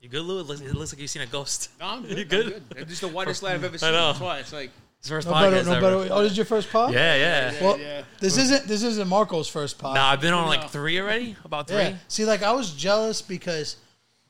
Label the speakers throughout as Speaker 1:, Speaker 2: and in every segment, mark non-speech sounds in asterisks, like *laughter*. Speaker 1: You good, Lou? It looks, it looks like you've seen a ghost. *laughs*
Speaker 2: No, I'm good.
Speaker 1: You
Speaker 2: I'm
Speaker 1: good?
Speaker 2: good. It's just the whitest light I've ever seen.
Speaker 1: know.
Speaker 2: That's why it's like,
Speaker 1: It's the first
Speaker 3: No better,
Speaker 1: podcast
Speaker 3: no
Speaker 1: ever.
Speaker 3: better. Oh, this is your first pod?
Speaker 1: Yeah, yeah.
Speaker 3: Well,
Speaker 2: Yeah.
Speaker 3: this isn't this isn't Marco's first pod.
Speaker 1: Nah, I've been on
Speaker 2: No.
Speaker 1: like three already. About three.
Speaker 3: Yeah. See, like I was jealous because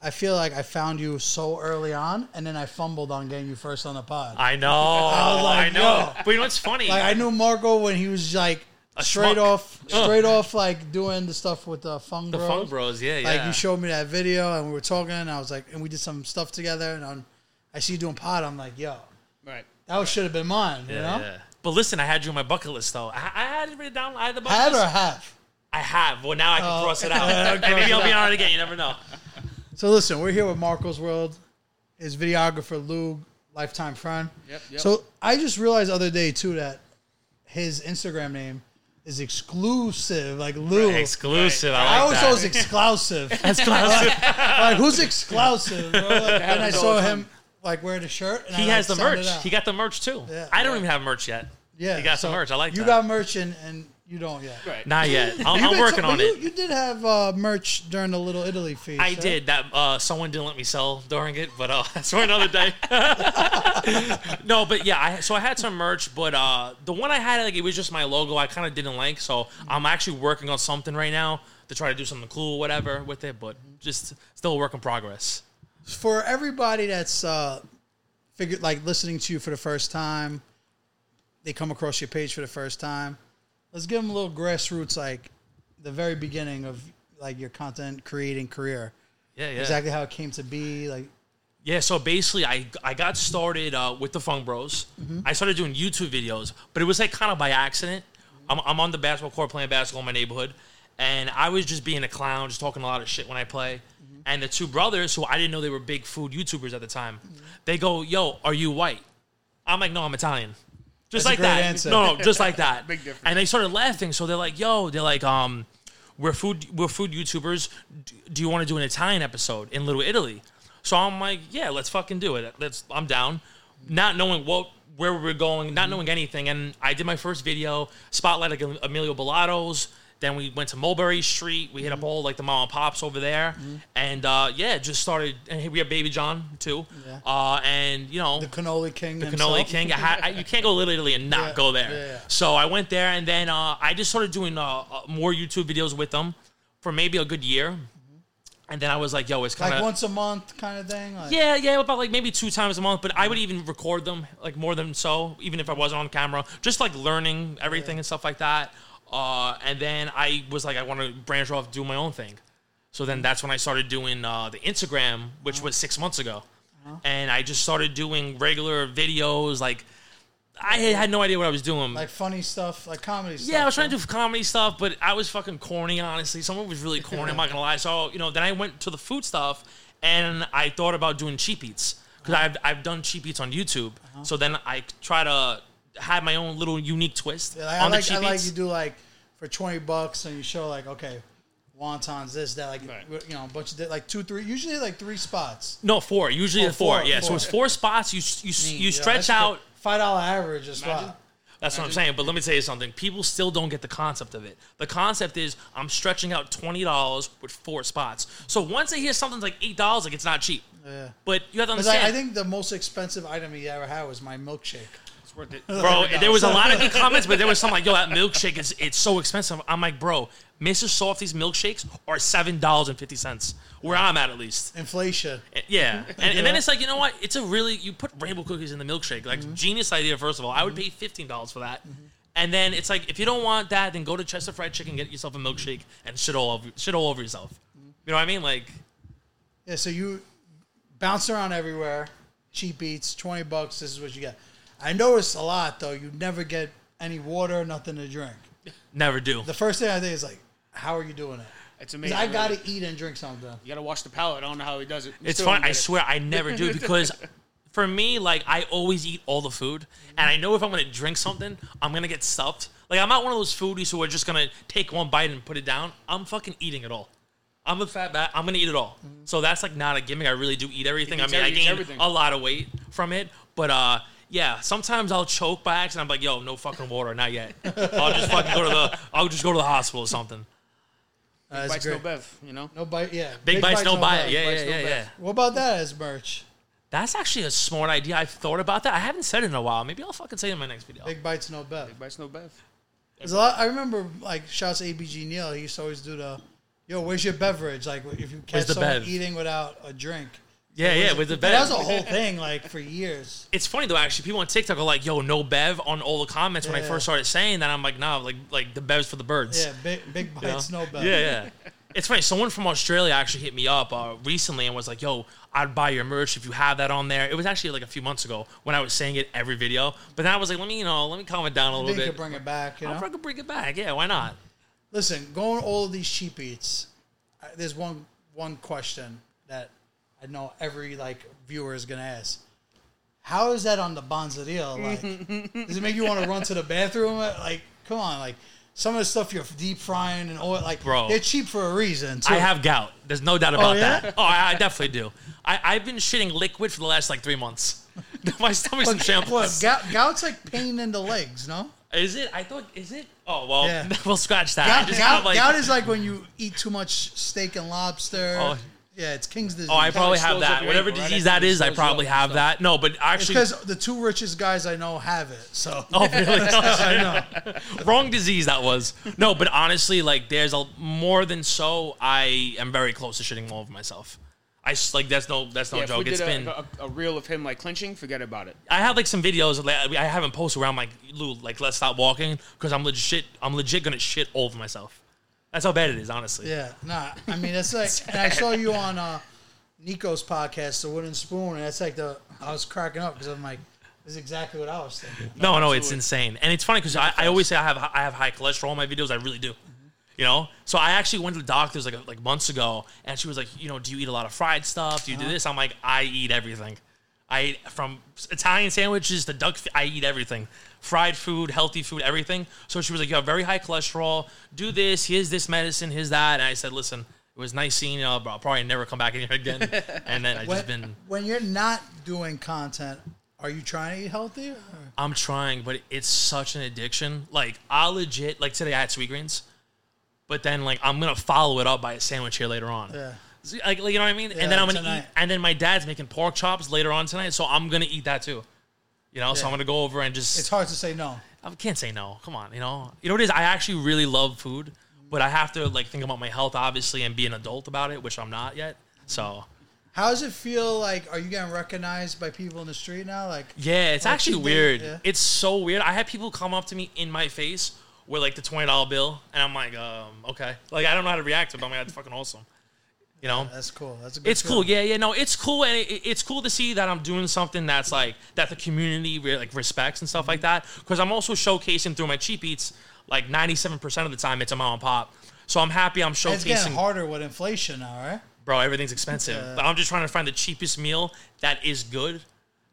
Speaker 3: I feel like I found you so early on, and then I fumbled on getting you first on the pod.
Speaker 1: I
Speaker 3: *laughs*
Speaker 1: know.
Speaker 3: was like,
Speaker 1: I know.
Speaker 3: yo.
Speaker 1: But you know what's funny?
Speaker 3: like I knew Marco when he was like straight
Speaker 1: schmuck.
Speaker 3: off, straight off, like doing the stuff with the Fung
Speaker 1: the
Speaker 3: Bros.
Speaker 1: Funk Bros. Yeah, yeah.
Speaker 3: Like you showed me that video, and we were talking, and I was like, and we did some stuff together, and I'm, I see you doing pod. I'm like, yo,
Speaker 2: right.
Speaker 3: that should have been mine. you
Speaker 1: Yeah,
Speaker 3: know,
Speaker 1: yeah. But listen, I had you on my bucket list though. I, I had it written down. I had the bucket
Speaker 3: had
Speaker 1: list.
Speaker 3: or have.
Speaker 1: I have. Well, now I can
Speaker 3: Oh.
Speaker 1: cross it
Speaker 3: *laughs*
Speaker 1: out. and *laughs* maybe I'll be on it again. You never know.
Speaker 3: So listen, we're here with Marco's World, his videographer Lou, lifetime friend.
Speaker 2: Yep, yep.
Speaker 3: So I just realized the other day too that his Instagram name is exclusive, like Lou.
Speaker 1: Exclusive. I,
Speaker 3: I
Speaker 1: like
Speaker 3: always
Speaker 1: that.
Speaker 3: thought it
Speaker 1: *laughs*
Speaker 3: was exclusive. *laughs* like who's
Speaker 1: *laughs*
Speaker 3: exclusive? Bro? Like, then I
Speaker 2: happens all
Speaker 3: saw
Speaker 2: the
Speaker 3: him like wearing the shirt. And
Speaker 1: he
Speaker 3: I,
Speaker 1: has
Speaker 3: like,
Speaker 1: the
Speaker 3: sounded
Speaker 1: merch.
Speaker 3: out.
Speaker 1: He got the merch too.
Speaker 3: Yeah.
Speaker 1: I don't even have merch yet.
Speaker 3: yeah.
Speaker 1: He got
Speaker 3: so
Speaker 1: some merch. I like
Speaker 3: you
Speaker 1: that.
Speaker 3: got merch and, and you don't yet.
Speaker 2: Right.
Speaker 1: Not yet. I'm,
Speaker 3: You've
Speaker 1: I'm
Speaker 3: been
Speaker 1: working
Speaker 3: ta-
Speaker 1: on
Speaker 3: but *laughs* you,
Speaker 1: it.
Speaker 3: You did have uh, merch during the Little Italy feast.
Speaker 1: I
Speaker 3: huh?
Speaker 1: did that. Uh, someone didn't let me sell during it, but uh, *laughs* that's for another day. no, but yeah. I, so I had some merch, but uh, the one I had, like, it was just my logo. I kind of didn't like, so I'm actually working on something right now to try to do something cool, or whatever, with it. But just still a work in progress.
Speaker 3: for everybody that's uh figured like listening to you for the first time they come across your page for the first time let's give them a little grassroots like the very beginning of like your content creating career
Speaker 1: Yeah, yeah.
Speaker 3: exactly how it came to be like
Speaker 1: Yeah, so basically, I I got started uh, with the Funk Bros.
Speaker 3: Mm-hmm.
Speaker 1: I started doing YouTube videos, but it was like kind of by accident. I'm, I'm on the basketball court playing basketball in my neighborhood, and I was just being a clown, just talking a lot of shit when I play.
Speaker 3: Mm-hmm.
Speaker 1: And the two brothers, who I didn't know they were big food YouTubers at the time,
Speaker 3: Mm-hmm.
Speaker 1: they go, "Yo, are you white?" I'm like, "No, I'm Italian." Just
Speaker 3: That's a
Speaker 1: like
Speaker 3: great
Speaker 1: that.
Speaker 3: answer.
Speaker 1: No, no, just
Speaker 3: *laughs*
Speaker 1: like that.
Speaker 2: Big difference.
Speaker 1: And they started laughing, so they're like, "Yo," they're like, "Um." we're food we're food YouTubers. D- Do you want to do an Italian episode in Little Italy? So I'm like, yeah, let's fucking do it. Let's. I'm down. Not knowing what where we were going, not knowing anything, and I did my first video, spotlight like Emilio Bellatos. Then we went to Mulberry Street. We hit
Speaker 3: Mm-hmm.
Speaker 1: up all like the mom and pops over there, and uh, yeah, just started. And here we have Baby John too,
Speaker 3: Yeah.
Speaker 1: uh, and you know
Speaker 3: the cannoli king the
Speaker 1: Cannoli King. I had, I, you can't go to Little Italy and not
Speaker 3: Yeah,
Speaker 1: go there.
Speaker 3: yeah, yeah.
Speaker 1: So I went there, and then uh, I just started doing uh, uh, more YouTube videos with them for maybe a good year, and then I was like, "Yo, it's kind
Speaker 3: like
Speaker 1: of
Speaker 3: once a month kind of thing like,
Speaker 1: yeah, yeah, about like maybe two times a month." But I would even record them like more than so, even if I wasn't on camera, just like learning everything and stuff like that. Uh, and then I was like, I want to branch off, do my own thing. So then that's when I started doing uh, the Instagram, which was six months ago. And I just started doing regular videos. Like, I had had no idea what I was doing.
Speaker 3: like funny stuff like comedy stuff
Speaker 1: yeah, I was trying to do comedy stuff, but I was fucking corny, honestly. Some of it was really corny, I'm not gonna lie. So, you know, then I went to the food stuff and I thought about doing cheap eats because
Speaker 3: Uh-huh.
Speaker 1: I've, I've done cheap eats on YouTube. So then I try to have my own little unique twist
Speaker 3: Yeah, like,
Speaker 1: on
Speaker 3: I
Speaker 1: the
Speaker 3: like,
Speaker 1: cheap
Speaker 3: I like
Speaker 1: eats.
Speaker 3: you do like for twenty bucks, and you show like okay, wontons this that like
Speaker 2: Right.
Speaker 3: you know a bunch of di- like two three usually like three spots.
Speaker 1: no, four. Usually
Speaker 3: Oh,
Speaker 1: the four.
Speaker 3: four,
Speaker 1: Yeah, so
Speaker 3: four.
Speaker 1: it's four spots. You, s- you, s- you
Speaker 3: Yeah,
Speaker 1: stretch
Speaker 3: that's
Speaker 1: out.
Speaker 3: cool. five dollar average as well.
Speaker 1: That's what I'm saying. But let me tell you something. People still don't get the concept of it. The concept is I'm stretching out twenty dollars with four spots. So once they hear something's like eight dollars, like it's not cheap.
Speaker 3: Yeah.
Speaker 1: But you have to
Speaker 3: Because I,
Speaker 1: understand,
Speaker 3: I think the most expensive item he ever had was my milkshake.
Speaker 2: It's worth it.
Speaker 1: bro. There was a lot of comments, but there was some like, "Yo, that milkshake is it's so expensive." I'm like, bro, Mrs. Softy's milkshakes are seven dollars and fifty cents. Where I'm at, at least.
Speaker 3: Inflation.
Speaker 1: Eh, Yeah. And, and then it's like, you know what? It's a really, you put rainbow cookies in the milkshake. Like, genius idea, first of all. I would pay $15 for that. And then it's like, if you don't want that, then go to Chester Fried Chicken, get yourself a milkshake, and shit all over, shit all over yourself. You know what I mean? Like,
Speaker 3: Yeah, so you bounce around everywhere, cheap eats, twenty bucks. This is what you get. I noticed a lot though. You never get any water, nothing to drink.
Speaker 1: never do.
Speaker 3: The first thing I think is like, how are you doing it?
Speaker 2: It's
Speaker 3: 'Cause
Speaker 2: amazing.
Speaker 3: I
Speaker 2: really.
Speaker 3: gotta eat and drink something.
Speaker 2: You gotta wash the palate. I don't know how he does it.
Speaker 1: It's
Speaker 2: Still
Speaker 1: fun.
Speaker 2: don't
Speaker 1: I
Speaker 2: get it.
Speaker 1: swear, I never do
Speaker 2: *laughs*
Speaker 1: because for me, like I always eat all the food, and I know if I'm gonna drink something, I'm gonna get stuffed. Like I'm not one of those foodies who are just gonna take one bite and put it down. I'm fucking eating it all. I'm a fat bat. I'm gonna eat it all.
Speaker 2: Mm-hmm.
Speaker 1: So that's like not a gimmick. I really do eat everything. I
Speaker 2: eats
Speaker 1: mean, I
Speaker 2: every- eats
Speaker 1: gained
Speaker 2: everything.
Speaker 1: a lot of weight from it, but uh. Yeah, sometimes I'll choke by accident. I'm like, "Yo, no fucking water, not yet." I'll just fucking go to the, I'll just go to the hospital or something.
Speaker 3: That's
Speaker 2: Bites
Speaker 3: great.
Speaker 2: no bev, you know.
Speaker 3: No bite, yeah.
Speaker 1: Big, bites, no bite.
Speaker 3: bite.
Speaker 1: Yeah,
Speaker 2: Bites,
Speaker 1: yeah,
Speaker 2: no
Speaker 1: yeah,
Speaker 2: bite.
Speaker 1: yeah.
Speaker 3: What about that as merch?
Speaker 1: That's actually a smart idea. I've thought about that. I haven't said it in a while. Maybe I'll fucking say it in my next video.
Speaker 3: Big bites, no bet.
Speaker 2: Bites no bev.
Speaker 1: Oh,
Speaker 3: There's a lot. I remember like shouts to ABG Neil. He used to always do the, yo, where's your beverage? Like if you catch
Speaker 1: Where's the
Speaker 3: someone
Speaker 1: bev?
Speaker 3: eating without a drink.
Speaker 1: yeah, yeah, with the
Speaker 3: But that was
Speaker 1: bev.
Speaker 3: a whole thing like for years.
Speaker 1: it's funny though. Actually, people on TikTok are like, "Yo, no bev" on all the comments. When I
Speaker 3: Yeah.
Speaker 1: first started saying that, I'm like, "Nah, like, like the bev's for the birds."
Speaker 3: Yeah, big big
Speaker 1: *laughs* you know?
Speaker 3: bites, no bet.
Speaker 1: Yeah, yeah. It's funny. Someone from Australia actually hit me up uh, recently and was like, "Yo, I'd buy your merch if you have that on there." It was actually like a few months ago when I was saying it every video, but then I was like, "Let me, you know, let me calm it down a
Speaker 3: They
Speaker 1: little
Speaker 3: could
Speaker 1: bit."
Speaker 3: bring it back. You
Speaker 1: I'm
Speaker 3: know.
Speaker 1: fucking bring it back. Yeah, why not?
Speaker 3: Listen, going all of these cheap eats. I- There's one one question that I know every like viewer is gonna ask. How is that on the Bonzadilla? Like, does it make you want to run to the bathroom? Like, come on, like some of the stuff you're deep frying and oil, like,
Speaker 1: Bro.
Speaker 3: they're cheap for a reason. Too.
Speaker 1: I have gout. There's no doubt about
Speaker 3: yeah?
Speaker 1: that. Oh, I, I definitely do. I, I've been shitting liquid for the last like three months. *laughs* My stomach's in
Speaker 3: What,
Speaker 1: shambles.
Speaker 3: gout, gout's like pain in the legs, no?
Speaker 1: Is it? I thought. Is it? Oh well,
Speaker 3: Yeah.
Speaker 1: *laughs* we'll scratch that. *laughs* I
Speaker 3: Gout,
Speaker 1: just
Speaker 3: gout,
Speaker 1: have, like,
Speaker 3: gout is like when you eat too much steak and lobster.
Speaker 1: Oh.
Speaker 3: yeah, it's King's disease.
Speaker 1: oh, I probably
Speaker 2: Kinda
Speaker 1: have
Speaker 2: slows up
Speaker 1: that.
Speaker 2: your
Speaker 1: Whatever
Speaker 2: ankle, right?
Speaker 1: disease
Speaker 2: It
Speaker 1: that
Speaker 2: kinda
Speaker 1: is, I
Speaker 2: slows you
Speaker 1: probably
Speaker 2: up,
Speaker 1: have
Speaker 2: so.
Speaker 1: that. No, but
Speaker 3: It's
Speaker 1: actually,
Speaker 3: because the two richest guys I know have it. So
Speaker 1: *laughs* Oh, really? *laughs* Wrong disease that was. No, but honestly, like there's a more than so. I am very close to shitting all over myself. I s- like that's no that's no
Speaker 2: Yeah, if we
Speaker 1: joke. It's
Speaker 2: did a,
Speaker 1: been I
Speaker 2: a, a reel of him like clinching, forget about it.
Speaker 1: had like some videos of, like, I haven't posted where I'm like Lou like let's stop walking because I'm legit I'm legit gonna shit all over myself. That's how bad it is, honestly.
Speaker 3: *laughs* yeah, nah. I mean, that's like. And I saw you on uh, Nico's podcast, The Wooden Spoon, and that's like the. I was cracking up because I'm like, this is exactly what I was thinking.
Speaker 1: No, no, it's
Speaker 2: absolutely.
Speaker 1: insane, and it's funny because I, I always say I have I have high cholesterol in my videos. I really do, you know. So I actually went to the doctor's like like months ago, and she was like, you know, do you eat a lot of fried stuff? Do you do this? I'm like, I eat everything. I eat from Italian sandwiches to duck. f- I eat everything, fried food, healthy food, everything. So she was like, you have very high cholesterol. Do this. Here's this medicine. Here's that. And I said, listen, it was nice seeing you, uh, but I'll probably never come back in here again. and then I
Speaker 3: When,
Speaker 1: just been.
Speaker 3: when you're not doing content, are you trying to eat healthy? or-
Speaker 1: I'm trying, but it's such an addiction. Like I legit like today I had sweet greens, but then like I'm gonna follow it up by a sandwich here later on.
Speaker 3: Yeah.
Speaker 1: So, Like, like, you know what I mean?
Speaker 3: Yeah,
Speaker 1: and then I'm gonna
Speaker 3: tonight.
Speaker 1: eat, and then my dad's making pork chops later on tonight, so I'm gonna eat that too. You know, so
Speaker 3: Yeah.
Speaker 1: I'm gonna go over and just
Speaker 3: It's hard to say no.
Speaker 1: I can't say no. Come on, you know, you know what it is. I actually really love food, but I have to like think about my health obviously and be an adult about it, which I'm not yet. So
Speaker 3: How does it feel? Like, are you getting recognized by people in the street now? Like,
Speaker 1: Yeah, it's
Speaker 3: Like,
Speaker 1: actually
Speaker 3: they-
Speaker 1: weird.
Speaker 3: yeah.
Speaker 1: It's so weird. I had people come up to me in my face with like the twenty dollar bill, and I'm like, um, okay. Like I don't know how to react to it, but I'm like, that's fucking awesome. You know,
Speaker 3: that's cool. That's a good
Speaker 1: it's cool.
Speaker 3: feeling.
Speaker 1: Yeah, yeah. No, it's cool, and it, it's cool to see that I'm doing something that's like that the community re- like respects and stuff like
Speaker 3: Mm-hmm.
Speaker 1: that. Because I'm also showcasing through my cheap eats. Like ninety seven percent of the time, it's a mom and pop. So I'm happy. I'm
Speaker 3: It's getting
Speaker 1: showcasing,
Speaker 3: harder with inflation now, right?
Speaker 1: bro. Everything's expensive.
Speaker 3: Yeah.
Speaker 1: But I'm just trying to find the cheapest meal that is good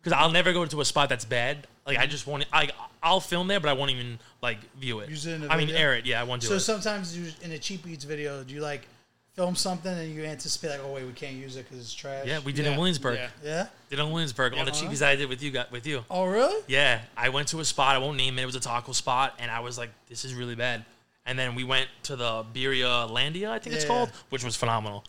Speaker 1: because I'll never go to a spot that's bad. Like I just want I I'll film there, but I won't even like view it.
Speaker 3: Use it in a
Speaker 1: I mean,
Speaker 3: video?
Speaker 1: air it. Yeah, I won't do
Speaker 3: So
Speaker 1: it.
Speaker 3: sometimes you, in a cheap eats video, do you like film something and you anticipate like, oh wait, we can't use it because it's trash.
Speaker 1: yeah, we did in
Speaker 2: Yeah,
Speaker 1: Williamsburg.
Speaker 2: yeah.
Speaker 3: yeah.
Speaker 1: Did in Williamsburg on the
Speaker 3: Uh-huh.
Speaker 1: cheapies that I did with you got with you.
Speaker 3: Oh really?
Speaker 1: Yeah, I went to a spot. I won't name it. It was a taco spot, and I was like, "This is really bad." And then we went to the Birria Landia, I think it's
Speaker 3: Yeah.
Speaker 1: called, which was phenomenal.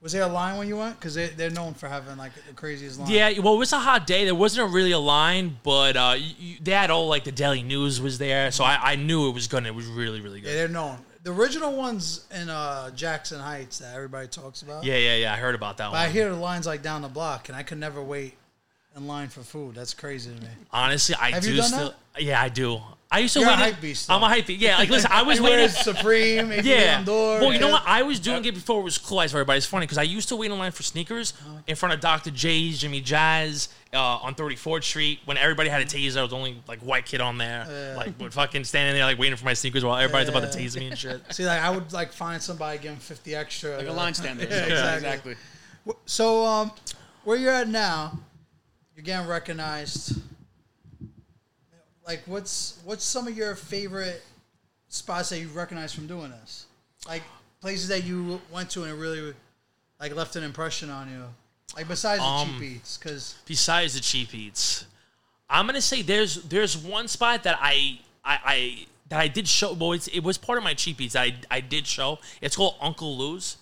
Speaker 3: Was there a line when you went? Because they, they're known for having like the craziest line.
Speaker 1: Yeah, well, it was a hot day. There wasn't really a line, but uh, you, you, they had all like the Daily News was there, so I, I knew it was gonna. It was really, really
Speaker 3: Yeah,
Speaker 1: good.
Speaker 3: they're known. The original ones in uh, Jackson Heights that everybody talks about.
Speaker 1: Yeah, yeah, yeah. I heard about that
Speaker 3: But I
Speaker 1: one.
Speaker 3: hear the lines like down the block, and I could never wait in line for food. That's crazy
Speaker 1: *laughs*
Speaker 3: to me.
Speaker 1: Honestly, I
Speaker 3: Have
Speaker 1: do
Speaker 3: you done
Speaker 1: still. Yeah, I do. I used to
Speaker 3: You're a
Speaker 1: wait. in-
Speaker 3: hype beast,
Speaker 1: I'm a
Speaker 3: though.
Speaker 1: hype beast. Yeah, like
Speaker 3: *laughs*
Speaker 1: listen, I was
Speaker 3: Where
Speaker 1: waiting.
Speaker 3: is Supreme?
Speaker 1: Yeah.
Speaker 3: Yeah. Door,
Speaker 1: well, you know what? I was doing it before it was cool. I swear, but it's funny because I used to wait in line for sneakers
Speaker 3: Uh-huh.
Speaker 1: in front of Dr. J's, Jimmy Jazz uh, on 34th Street when everybody had a taser. I was the only like white kid on there, like would fucking standing there like waiting for my sneakers while everybody's about to
Speaker 3: Yeah.
Speaker 1: tase me and shit.
Speaker 3: See, like I would like find somebody, give them fifty extra,
Speaker 2: Like a line
Speaker 3: *laughs*
Speaker 2: stand there.
Speaker 3: Yeah,
Speaker 2: exactly.
Speaker 3: exactly. So, um, where you're at now, you're getting recognized. Like, what's what's some of your favorite spots that you recognize from doing this? Like places that you went to and it really like left an impression on you. Like besides the
Speaker 1: Um,
Speaker 3: cheap eats, because
Speaker 1: besides the cheap eats, I'm gonna say there's there's one spot that I I, I that I did show. Well, it's, it was part of my cheapies. I I did show. It's called Uncle Lou's,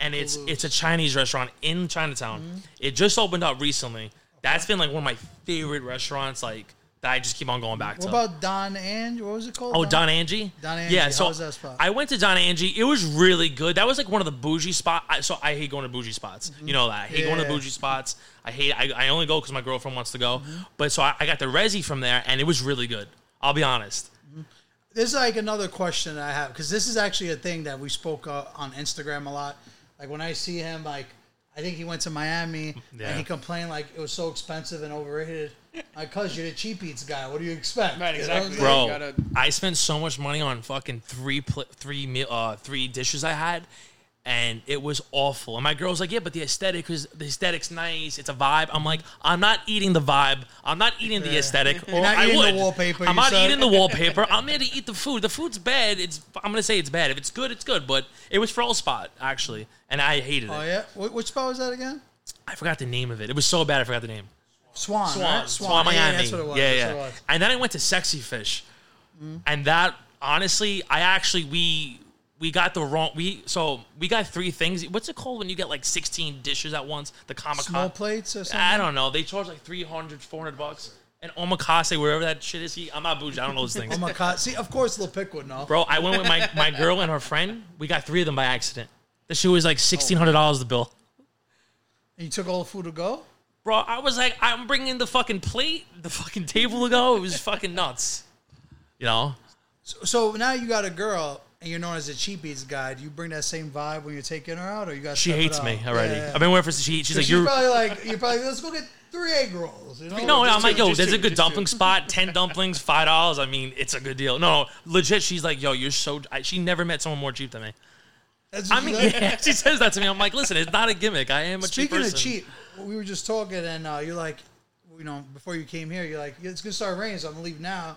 Speaker 1: and it's it's a Chinese restaurant in Chinatown.
Speaker 3: Mm-hmm.
Speaker 1: It just opened up recently. That's been like one of my favorite restaurants. Like that, I just keep on going back
Speaker 3: What
Speaker 1: to.
Speaker 3: about Don and what was it called?
Speaker 1: Oh, Don Angie.
Speaker 3: Don Angie,
Speaker 1: Yeah,
Speaker 3: how
Speaker 1: so
Speaker 3: was that spot?
Speaker 1: I went to Don Angie. It was really good. That was like one of the bougie spots. So I hate going to bougie spots. You know that. I hate going to
Speaker 3: Mm-hmm. Yeah.
Speaker 1: bougie spots. I hate. I, I only go because my girlfriend wants to go.
Speaker 3: Mm-hmm.
Speaker 1: But so I, I got the resi from there, and it was really good. I'll be honest.
Speaker 3: This is like another question that I have because this is actually a thing that we spoke uh, on Instagram a lot. Like when I see him, like I think he went to Miami
Speaker 1: Yeah.
Speaker 3: and he complained like it was so expensive and overrated. Like, cause you're the cheap eats guy. What do you expect?
Speaker 2: Right,
Speaker 3: You know?
Speaker 2: exactly.
Speaker 3: Like,
Speaker 1: *laughs* bro.
Speaker 2: You gotta-
Speaker 1: I spent so much money on fucking three pl- three meal, uh, three dishes I had, and it was awful. And my girl's like, "Yeah, but the aesthetic is the aesthetic's nice. It's a vibe." I'm like, "I'm not eating the vibe. I'm not eating the
Speaker 3: *laughs*
Speaker 1: aesthetic. Or
Speaker 3: not
Speaker 1: I
Speaker 3: eating the
Speaker 1: would.
Speaker 3: wallpaper,
Speaker 1: I'm
Speaker 3: you
Speaker 1: not
Speaker 3: said.
Speaker 1: eating the
Speaker 3: *laughs*
Speaker 1: wallpaper. I'm there to eat the food. The food's bad. It's I'm gonna say it's bad. If it's good, it's good. But it was Frol Spot actually, and I hated it.
Speaker 3: oh yeah. What, which spot was that again?
Speaker 1: I forgot the name of it. It was so bad. I forgot the name.
Speaker 3: Swan.
Speaker 1: Swan,
Speaker 3: right?
Speaker 1: Swan,
Speaker 3: Yeah,
Speaker 1: Miami.
Speaker 3: Yeah, that's what it was.
Speaker 1: Yeah,
Speaker 3: that's
Speaker 1: yeah.
Speaker 3: What it was.
Speaker 1: And then I went to Sexy Fish, and that honestly, I actually we we got the wrong we so we got three things. What's it called when you get like sixteen dishes at once? The Comic
Speaker 3: Small
Speaker 1: Con.
Speaker 3: plates or something.
Speaker 1: I don't know. They charge like 300, 400 bucks. And omakase, wherever that shit is, he, I'm not bougie. I don't know those things.
Speaker 3: Oh my god. See, of course, Lil Pick would know.
Speaker 1: Bro, I went with my, my girl and her friend. We got three of them by accident. The shoe was like sixteen hundred dollars. The bill,
Speaker 3: You took all the food to go.
Speaker 1: bro. I was like, I'm bringing the fucking plate, the fucking table to go. It was fucking nuts, you know.
Speaker 3: So now you got a girl and you're known as a cheap eats guy. Do you bring that same vibe when you're taking her out, or you got?
Speaker 1: She hates me already. I've been waiting for she. She's like,
Speaker 3: she's
Speaker 1: you're.
Speaker 3: probably like, you're probably let's go get three egg rolls. You know?
Speaker 1: no, no,
Speaker 2: just
Speaker 1: I'm like,
Speaker 2: two,
Speaker 1: yo,
Speaker 2: just
Speaker 1: there's
Speaker 2: two,
Speaker 1: a good
Speaker 2: just two.
Speaker 3: *laughs*
Speaker 1: dumpling spot. Ten dumplings, five dollars. I mean, it's a good deal. No, no, legit. She's like, yo, you're so. I, she never met someone more cheap than me.
Speaker 3: That's
Speaker 1: I
Speaker 3: just-
Speaker 1: mean,
Speaker 3: that-
Speaker 1: yeah, *laughs* she says that to me. I'm like, listen, it's not a gimmick. I am a
Speaker 3: speaking
Speaker 1: cheap
Speaker 3: of
Speaker 1: person.
Speaker 3: cheap, we were just talking, and uh, you're like, you know, before you came here, you're like, it's gonna start raining, so I'm gonna leave now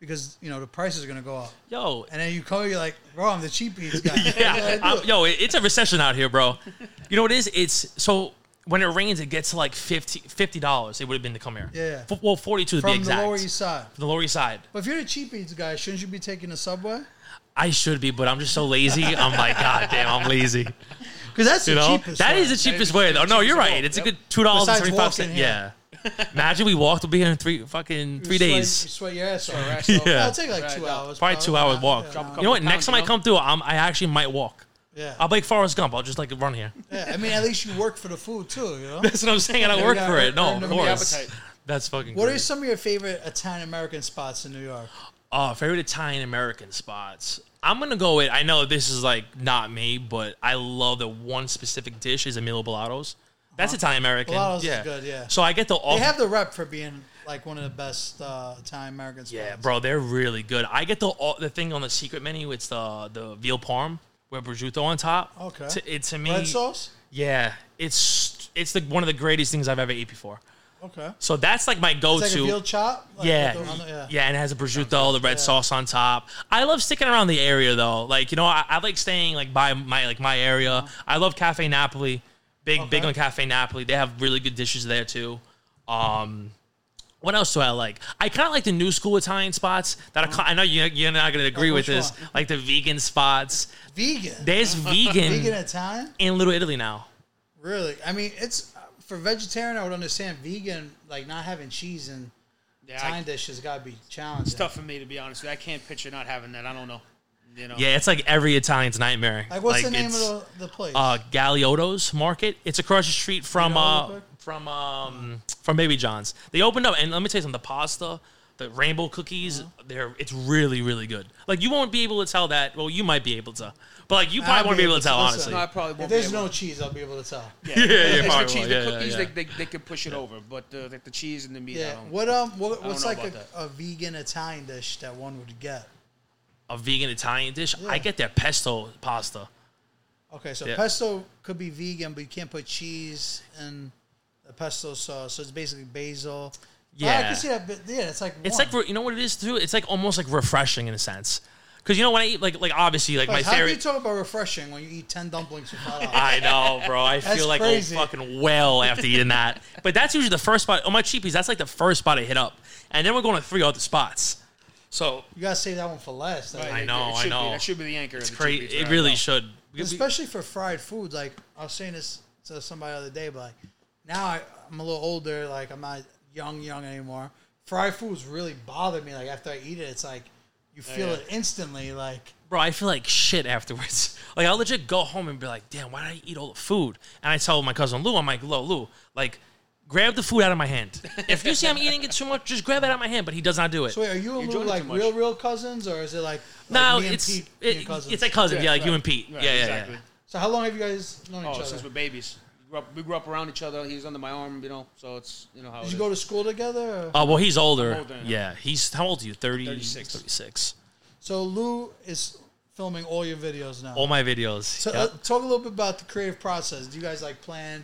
Speaker 3: because you know the prices are gonna go up.
Speaker 1: yo,
Speaker 3: And then you come, you're like, bro, I'm the cheap eats guy.
Speaker 1: *laughs* yeah,
Speaker 3: What do I do?
Speaker 1: I'm- yo, it- it's a recession out here, bro. You know what it is? It's so when it rains, it gets to like 50 dollars. It would have been to come here.
Speaker 3: Yeah.
Speaker 1: F- well, forty two to be
Speaker 3: from the
Speaker 1: exact.
Speaker 3: Lower East Side.
Speaker 1: the Lower East Side.
Speaker 3: But if you're the cheap eats guy, shouldn't you be taking the subway?
Speaker 1: I should be, but I'm just so lazy. I'm like, *laughs* god damn, I'm lazy.
Speaker 3: Because that's
Speaker 1: You
Speaker 3: the
Speaker 1: know,
Speaker 3: cheapest.
Speaker 1: that
Speaker 3: way.
Speaker 1: is the cheapest
Speaker 2: is
Speaker 1: way.
Speaker 2: the
Speaker 1: Though. No, you're
Speaker 2: cheapest
Speaker 1: right.
Speaker 2: way.
Speaker 1: It's a
Speaker 2: Yep.
Speaker 1: good two dollars and
Speaker 3: Besides
Speaker 1: twenty five cents.
Speaker 3: walking, yeah.
Speaker 1: Yeah. Imagine we walked. We'll be here in three fucking
Speaker 3: You
Speaker 1: three
Speaker 3: sweat-
Speaker 1: days.
Speaker 3: You sweat your
Speaker 1: *laughs*
Speaker 3: ass off.
Speaker 2: Right,
Speaker 1: Yeah.
Speaker 2: so-
Speaker 3: I'll take like
Speaker 2: Right,
Speaker 3: two
Speaker 2: no.
Speaker 3: hours.
Speaker 1: Probably two hours walk.
Speaker 3: Yeah,
Speaker 2: Drop a
Speaker 1: You know what?
Speaker 2: couple
Speaker 1: Next time I
Speaker 2: pounds,
Speaker 1: come through, I'm, I actually might walk.
Speaker 3: yeah.
Speaker 1: I'll be like Forrest Gump. I'll just like run here.
Speaker 3: Yeah, I mean, at least you work for the food too. You know.
Speaker 1: That's what I'm saying. And I
Speaker 3: Yeah,
Speaker 1: work
Speaker 3: yeah,
Speaker 1: for it. No,
Speaker 3: earn
Speaker 1: of
Speaker 3: the
Speaker 1: course.
Speaker 2: appetite.
Speaker 1: That's fucking.
Speaker 3: What
Speaker 1: great.
Speaker 3: are some of your favorite Italian American spots in New York?
Speaker 1: Uh, favorite Italian American spots. I'm gonna go with. I know this is like not me, but I love that one specific dish is Emilio Bellatos. That's Italian American.
Speaker 3: Bellato's Uh-huh. is
Speaker 1: yeah.
Speaker 3: good, yeah.
Speaker 1: So I get the all.
Speaker 3: They have the rep for being like one of the best uh, Italian American spots.
Speaker 1: yeah, bro, they're really good. I get the all, the thing on the secret menu. It's the the veal parm with prosciutto on top.
Speaker 3: Okay.
Speaker 1: To, it to me.
Speaker 3: Red sauce.
Speaker 1: Yeah, it's it's the one of the greatest things I've ever ate before.
Speaker 3: Okay.
Speaker 1: So that's like my go
Speaker 3: It's like a
Speaker 1: to.
Speaker 3: veal chop. Like,
Speaker 1: Yeah.
Speaker 3: with the- on the- yeah.
Speaker 1: Yeah, and it has a prosciutto, the red sauce on top. I love sticking around the area though. Like, you know, I, I like staying like by my like my area. I love Cafe Napoli. Big big
Speaker 3: Uh-huh. Okay.
Speaker 1: on Cafe Napoli. They have really good dishes there too. Um what else do I like? I kind of like the new school Italian spots that are. ki- I know you're, you're not going to agree with
Speaker 3: Uh-huh. which
Speaker 1: this,
Speaker 3: one?
Speaker 1: like the vegan spots.
Speaker 3: Vegan. *laughs*
Speaker 1: There's vegan,
Speaker 3: vegan Italian.
Speaker 1: in Little Italy now.
Speaker 3: Really? I mean, it's uh, for vegetarian. I would understand vegan, like not having cheese and
Speaker 2: Yeah, I-
Speaker 3: Italian dishes, gotta be challenging.
Speaker 2: it's tough for me to be honest. with you. I can't picture not having that. I don't know. You know.
Speaker 1: Yeah, it's like every Italian's nightmare.
Speaker 3: Like, what's the name of
Speaker 1: it's-
Speaker 3: the, the place?
Speaker 1: uh, Galiotto's Market. It's across the street from
Speaker 3: know
Speaker 1: uh,
Speaker 3: real quick?
Speaker 1: from um, from Baby John's. They opened up, and let me tell you something: the pasta, the rainbow cookies, they're it's really really good. Like you won't be able to tell that. Well, you might be able to, but like you probably
Speaker 3: I'll
Speaker 1: won't be able to tell
Speaker 3: listen,
Speaker 1: honestly.
Speaker 2: No, I probably won't.
Speaker 3: if
Speaker 2: be
Speaker 3: there's
Speaker 2: able
Speaker 3: no
Speaker 2: to-
Speaker 3: cheese, I'll be able to tell.
Speaker 2: Yeah, If
Speaker 1: probably
Speaker 2: it's the
Speaker 1: won't.
Speaker 2: cheese,
Speaker 1: *laughs* Yeah,
Speaker 2: the
Speaker 1: yeah,
Speaker 2: cookies,
Speaker 1: yeah.
Speaker 2: They, they, they could push it over, but the, the, the cheese and the meat. I
Speaker 3: Yeah.
Speaker 2: don't.
Speaker 3: What um? What, what's
Speaker 2: know
Speaker 3: like a,
Speaker 2: about
Speaker 3: a vegan Italian dish that one would get?
Speaker 1: A vegan Italian dish.
Speaker 3: Yeah.
Speaker 1: I get that pesto pasta.
Speaker 3: Okay, so
Speaker 1: Yeah.
Speaker 3: pesto could be vegan, but you can't put cheese in the pesto sauce. So it's basically basil. I
Speaker 1: Yeah.
Speaker 3: can see that. But yeah, it's like
Speaker 1: It's
Speaker 3: one.
Speaker 1: like re- you know what it is too. It's like almost like refreshing in a sense. Because you know when I eat like like obviously like my
Speaker 3: how can you
Speaker 1: favorite.
Speaker 3: talk about refreshing when you eat ten dumplings
Speaker 1: *laughs*
Speaker 3: for five dollars?
Speaker 1: I know, bro. I
Speaker 3: That's
Speaker 1: feel like
Speaker 3: crazy.
Speaker 1: a fucking whale after eating that. But that's usually the first spot. On my cheapies, that's like the first spot I hit up. And then we're going to three other spots. So
Speaker 3: You gotta save that one for last. I
Speaker 2: Right,
Speaker 3: think.
Speaker 2: it-
Speaker 1: know,
Speaker 2: It
Speaker 1: I
Speaker 2: should
Speaker 1: know.
Speaker 2: Be, that should be the anchor. It's
Speaker 1: crazy. It really should.
Speaker 3: especially for fried foods. Like I was saying this to somebody the other day, but like now I, I'm a little older. Like I'm not young, young anymore. Fried foods really bother me. Like after I eat it, it's like you
Speaker 1: Oh,
Speaker 3: feel
Speaker 2: yeah.
Speaker 3: it instantly. Like
Speaker 1: bro, I feel like shit afterwards. *laughs* Like I'll legit go home and be like, damn, why did I eat all the food? And I tell my cousin Lou, I'm like, Lou, Lou, like, grab the food out of my
Speaker 2: *laughs*
Speaker 1: hand. If you see I'm eating it too much, just grab it out of my hand. But he does not do it.
Speaker 3: so wait, are you and Lou
Speaker 2: joined it
Speaker 3: like
Speaker 2: too much.
Speaker 3: real, real cousins, or is it like, like
Speaker 1: no,
Speaker 3: me and
Speaker 1: it's
Speaker 3: Pete being
Speaker 1: it, it's like cousin, yeah, like you
Speaker 2: right,
Speaker 1: and Pete,
Speaker 2: Right,
Speaker 1: yeah, yeah,
Speaker 2: exactly.
Speaker 1: yeah.
Speaker 3: so? How long have you guys known
Speaker 2: Oh,
Speaker 3: each
Speaker 2: since
Speaker 3: other?
Speaker 2: we're babies, we grew, up, we grew up around each other. He's under my arm, you know. So it's you know how it
Speaker 3: Did you
Speaker 2: is.
Speaker 3: go to school together? Or?
Speaker 1: Oh well, he's older.
Speaker 2: older, yeah.
Speaker 1: yeah, he's how old are you? 30,
Speaker 2: 36.
Speaker 1: 36.
Speaker 3: So Lou is filming all your videos now.
Speaker 1: All my videos.
Speaker 3: So,
Speaker 1: yeah.
Speaker 3: uh, talk a little bit about the creative process. Do you guys like plan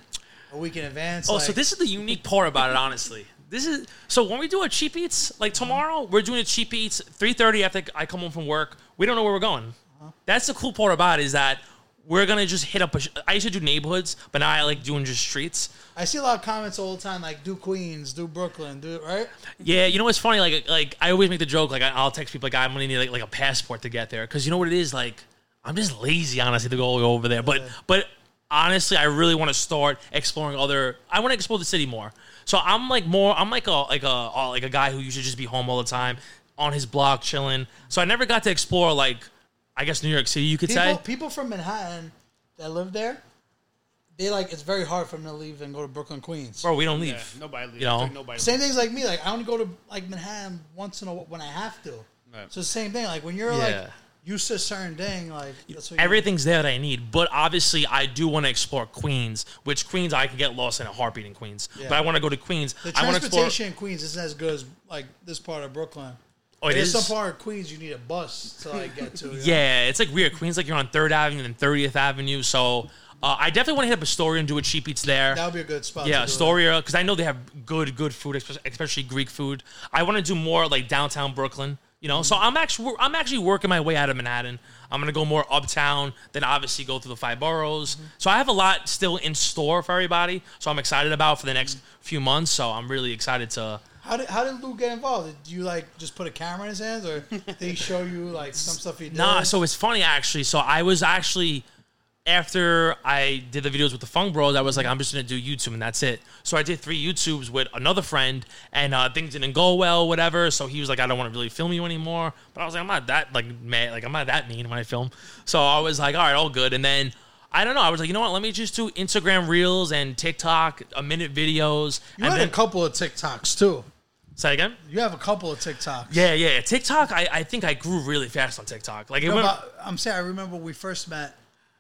Speaker 3: a week in advance?
Speaker 1: Oh,
Speaker 3: like,
Speaker 1: so this is the unique part about it, honestly. This is so when we do a cheap eats, like tomorrow, we're doing a cheap eats three thirty after I come home from work. We don't know where we're going.
Speaker 3: Uh-huh.
Speaker 1: That's the cool part about it is that we're gonna just hit up. A, sh- I used to do neighborhoods, but now I like doing just streets.
Speaker 3: I see a lot of comments all the time, like do Queens, do Brooklyn, do right.
Speaker 1: Yeah, you know what's funny? Like, like I always make the joke. Like, I- I'll text people like I'm gonna need like, like a passport to get there because you know what it is. Like, I'm just lazy, honestly, to go over there. But but honestly, I really want to start exploring other. I want to explore the city more. So I'm like more. I'm like a like a uh, like a guy who used to just be home all the time on his block chilling. So I never got to explore like I guess New York City. You could
Speaker 3: People,
Speaker 1: say
Speaker 3: people from Manhattan that live there, they like it's very hard for them to leave and go to Brooklyn, Queens.
Speaker 1: bro, we don't leave.
Speaker 2: Yeah, nobody leaves.
Speaker 1: You know?
Speaker 2: Like, nobody.
Speaker 3: Same things like me, like I only go to like Manhattan once in a while when I have to.
Speaker 2: Right.
Speaker 3: So same thing, like when you're like
Speaker 1: Yeah.
Speaker 3: used to a certain thing, like that's what you-
Speaker 1: Everything's there that I need, but obviously I do want to explore Queens, which Queens I can get lost in a heartbeat in Queens.
Speaker 3: Yeah.
Speaker 1: But I want to go to Queens.
Speaker 3: The
Speaker 1: I want to explore.
Speaker 3: transportation in Queens isn't as good as like this part of Brooklyn.
Speaker 1: Oh, it
Speaker 3: There's
Speaker 1: is.
Speaker 3: some part of Queens you need a bus to like
Speaker 1: *laughs*
Speaker 3: get to. you know?
Speaker 1: Yeah, it's like weird. Queens like you're on Third Avenue and Thirtieth Avenue. So uh, I definitely want to hit up Astoria and do a cheap eats there.
Speaker 3: that would be a good spot.
Speaker 1: yeah,
Speaker 3: to do it.
Speaker 1: Astoria because I know they have good good food, espe- especially Greek food. I want to do more like downtown Brooklyn. You know, so I'm actually I'm actually working my way out of Manhattan. I'm gonna go more uptown, then obviously go through the five boroughs.
Speaker 3: Mm-hmm.
Speaker 1: So I have a lot still in store for everybody. So I'm excited about for the next few months. So I'm really excited to.
Speaker 3: How did how did Lou get involved? Did you like just put a camera in his hands, or did he show you like some stuff he did?
Speaker 1: *laughs* Nah, so it's funny actually. So I was actually after I did the videos with the Funk Bros, I was like, I'm just gonna do YouTube and that's it. So I did three YouTubes with another friend, and uh, things didn't go well, whatever. So he was like, I don't want to really film you anymore. But I was like, I'm not that like mad, like I'm not that mean when I film. So I was like, all right, all good. And then I don't know. I was like, you know what? Let me just do Instagram Reels and TikTok a minute videos.
Speaker 3: you
Speaker 1: and
Speaker 3: had
Speaker 1: then,
Speaker 3: a couple of TikToks too.
Speaker 1: say again.
Speaker 3: You have a couple of TikToks.
Speaker 1: Yeah, yeah. TikTok. I, I think I grew really fast on TikTok. Like it
Speaker 3: No,
Speaker 1: went.
Speaker 3: but I'm saying I remember we first met.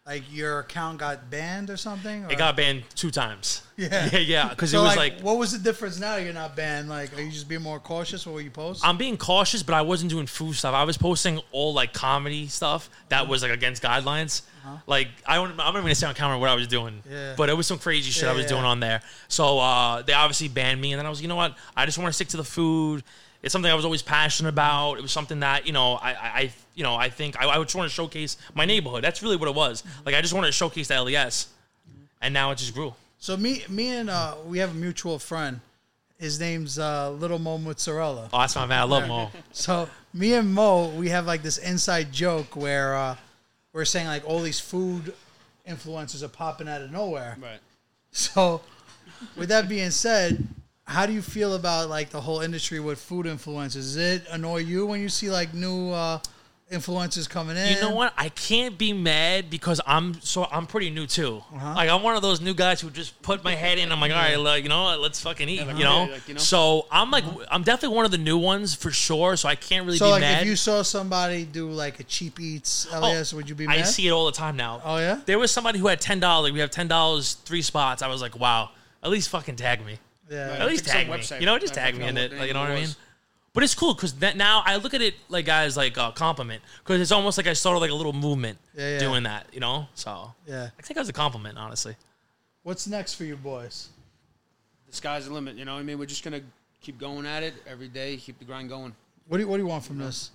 Speaker 3: Like your account got banned or something. Or?
Speaker 1: It got banned two times.
Speaker 3: Yeah.
Speaker 1: *laughs* yeah, yeah. Because
Speaker 3: So
Speaker 1: it was
Speaker 3: like,
Speaker 1: like,
Speaker 3: what was the difference now? You're not banned. Like, are you just being more cautious with what you post?
Speaker 1: I'm being cautious, but I wasn't doing food stuff. I was posting all like comedy stuff that was like against guidelines. Like I don't, I'm not even gonna say on camera what I was doing,
Speaker 3: Uh-huh. Yeah.
Speaker 1: but it was some crazy shit I
Speaker 3: Yeah,
Speaker 1: was
Speaker 3: yeah.
Speaker 1: doing on there. So uh, they obviously banned me, and then I was, you know what? I just want to stick to the food. It's something I was always passionate about. It was something that you know I, I I- you know I think I, I just want to showcase my neighborhood. That's really what it was.
Speaker 3: Mm-hmm.
Speaker 1: Like I just wanted to showcase the LES, and now it just grew.
Speaker 3: so me, me and uh, we have a mutual friend. His name's uh, Little Mo Mozzarella.
Speaker 1: Oh, that's my man. I love Mo.
Speaker 3: So me and Mo, we have like this inside joke where uh, we're saying like all these food influencers are popping out of nowhere.
Speaker 2: Right.
Speaker 3: So with that being said, how do you feel about like the whole industry with food influencers? Does it annoy you when you see like new uh, influencers coming in?
Speaker 1: You know what? I can't be mad because I'm so I'm pretty new too.
Speaker 3: Uh-huh.
Speaker 1: Like I'm one of those new guys who just put my head in. I'm like, all right, like, you know, what? let's fucking eat.
Speaker 2: like,
Speaker 1: you, know?
Speaker 2: okay, like, you know?
Speaker 1: So I'm like, I'm definitely one of the new ones for sure. So I can't really
Speaker 3: So
Speaker 1: be
Speaker 3: like
Speaker 1: mad. Oh,
Speaker 3: if you saw somebody do like a cheap eats LAS, would you be mad?
Speaker 1: I see it all the time now.
Speaker 3: Oh, yeah?
Speaker 1: There was somebody who had ten dollars. Like, we have ten dollars, three spots. I was like, wow. At least fucking tag me.
Speaker 3: Yeah.
Speaker 1: At least
Speaker 2: Pick some
Speaker 1: tag me.
Speaker 2: website.
Speaker 1: You know, just
Speaker 2: I
Speaker 1: tag me
Speaker 2: forgot
Speaker 1: in
Speaker 2: what
Speaker 1: it.
Speaker 2: the
Speaker 1: Like, you
Speaker 2: name
Speaker 1: know what I
Speaker 2: was.
Speaker 1: mean? But it's cool because that now I look at it like guys like a compliment because it's almost like I started like a little movement
Speaker 3: Yeah, yeah.
Speaker 1: doing that. You know, so
Speaker 3: Yeah.
Speaker 1: I think that was a compliment, honestly.
Speaker 3: What's next for you boys?
Speaker 2: The sky's the limit. You know what I mean? We're just gonna keep going at it every day. Keep the grind going.
Speaker 3: What do you, what do you want from this?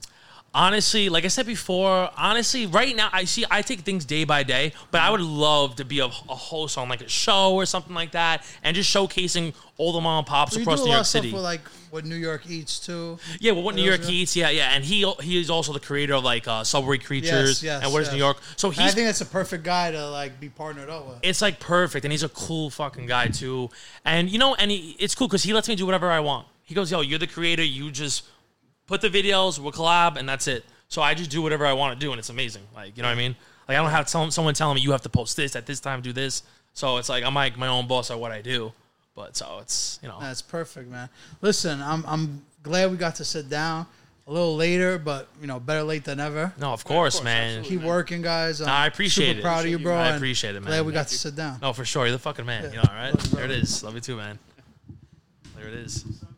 Speaker 1: honestly, like I said before, honestly, right now I see I take things day by day, but I would love to be a, a host on like a show or something like that, and just showcasing all the mom and pops
Speaker 3: You do a
Speaker 1: across New
Speaker 3: lot
Speaker 1: York
Speaker 3: of stuff
Speaker 1: City.
Speaker 3: with like what New York eats too.
Speaker 1: yeah, well, what New York
Speaker 3: Roosevelt.
Speaker 1: eats, yeah, yeah, and he he is also the creator of like uh, Subway Creatures
Speaker 3: yes,
Speaker 1: and What is
Speaker 3: yes.
Speaker 1: New York. So
Speaker 3: And I
Speaker 1: he's
Speaker 3: think that's a perfect guy to like be partnered up with.
Speaker 1: it's like perfect, and he's a cool fucking guy too. And you know, and he, it's cool because he lets me do whatever I want. He goes, "Yo, you're the creator. You just put the videos, we'll collab, and that's it." So I just do whatever I want to do, and it's amazing. Like you know what I mean? Like I don't have tell, someone telling me you have to post this at this time, do this. So it's like I'm like my own boss at what I do. But so it's you know
Speaker 3: That's perfect, man. Listen, I'm I'm glad we got to sit down a little later, but you know, better late than never.
Speaker 1: no, of course,
Speaker 2: course,
Speaker 1: man.
Speaker 2: absolutely.
Speaker 3: Keep working, guys. I'm
Speaker 1: Nah, I appreciate
Speaker 3: super
Speaker 1: it.
Speaker 3: Proud of you, bro.
Speaker 1: I
Speaker 3: and
Speaker 1: appreciate it, man.
Speaker 3: Glad we got
Speaker 1: Thank
Speaker 3: to sit down.
Speaker 1: No, for sure. You're the fucking man. You know, all right? There it is. Love you too, man. There it is.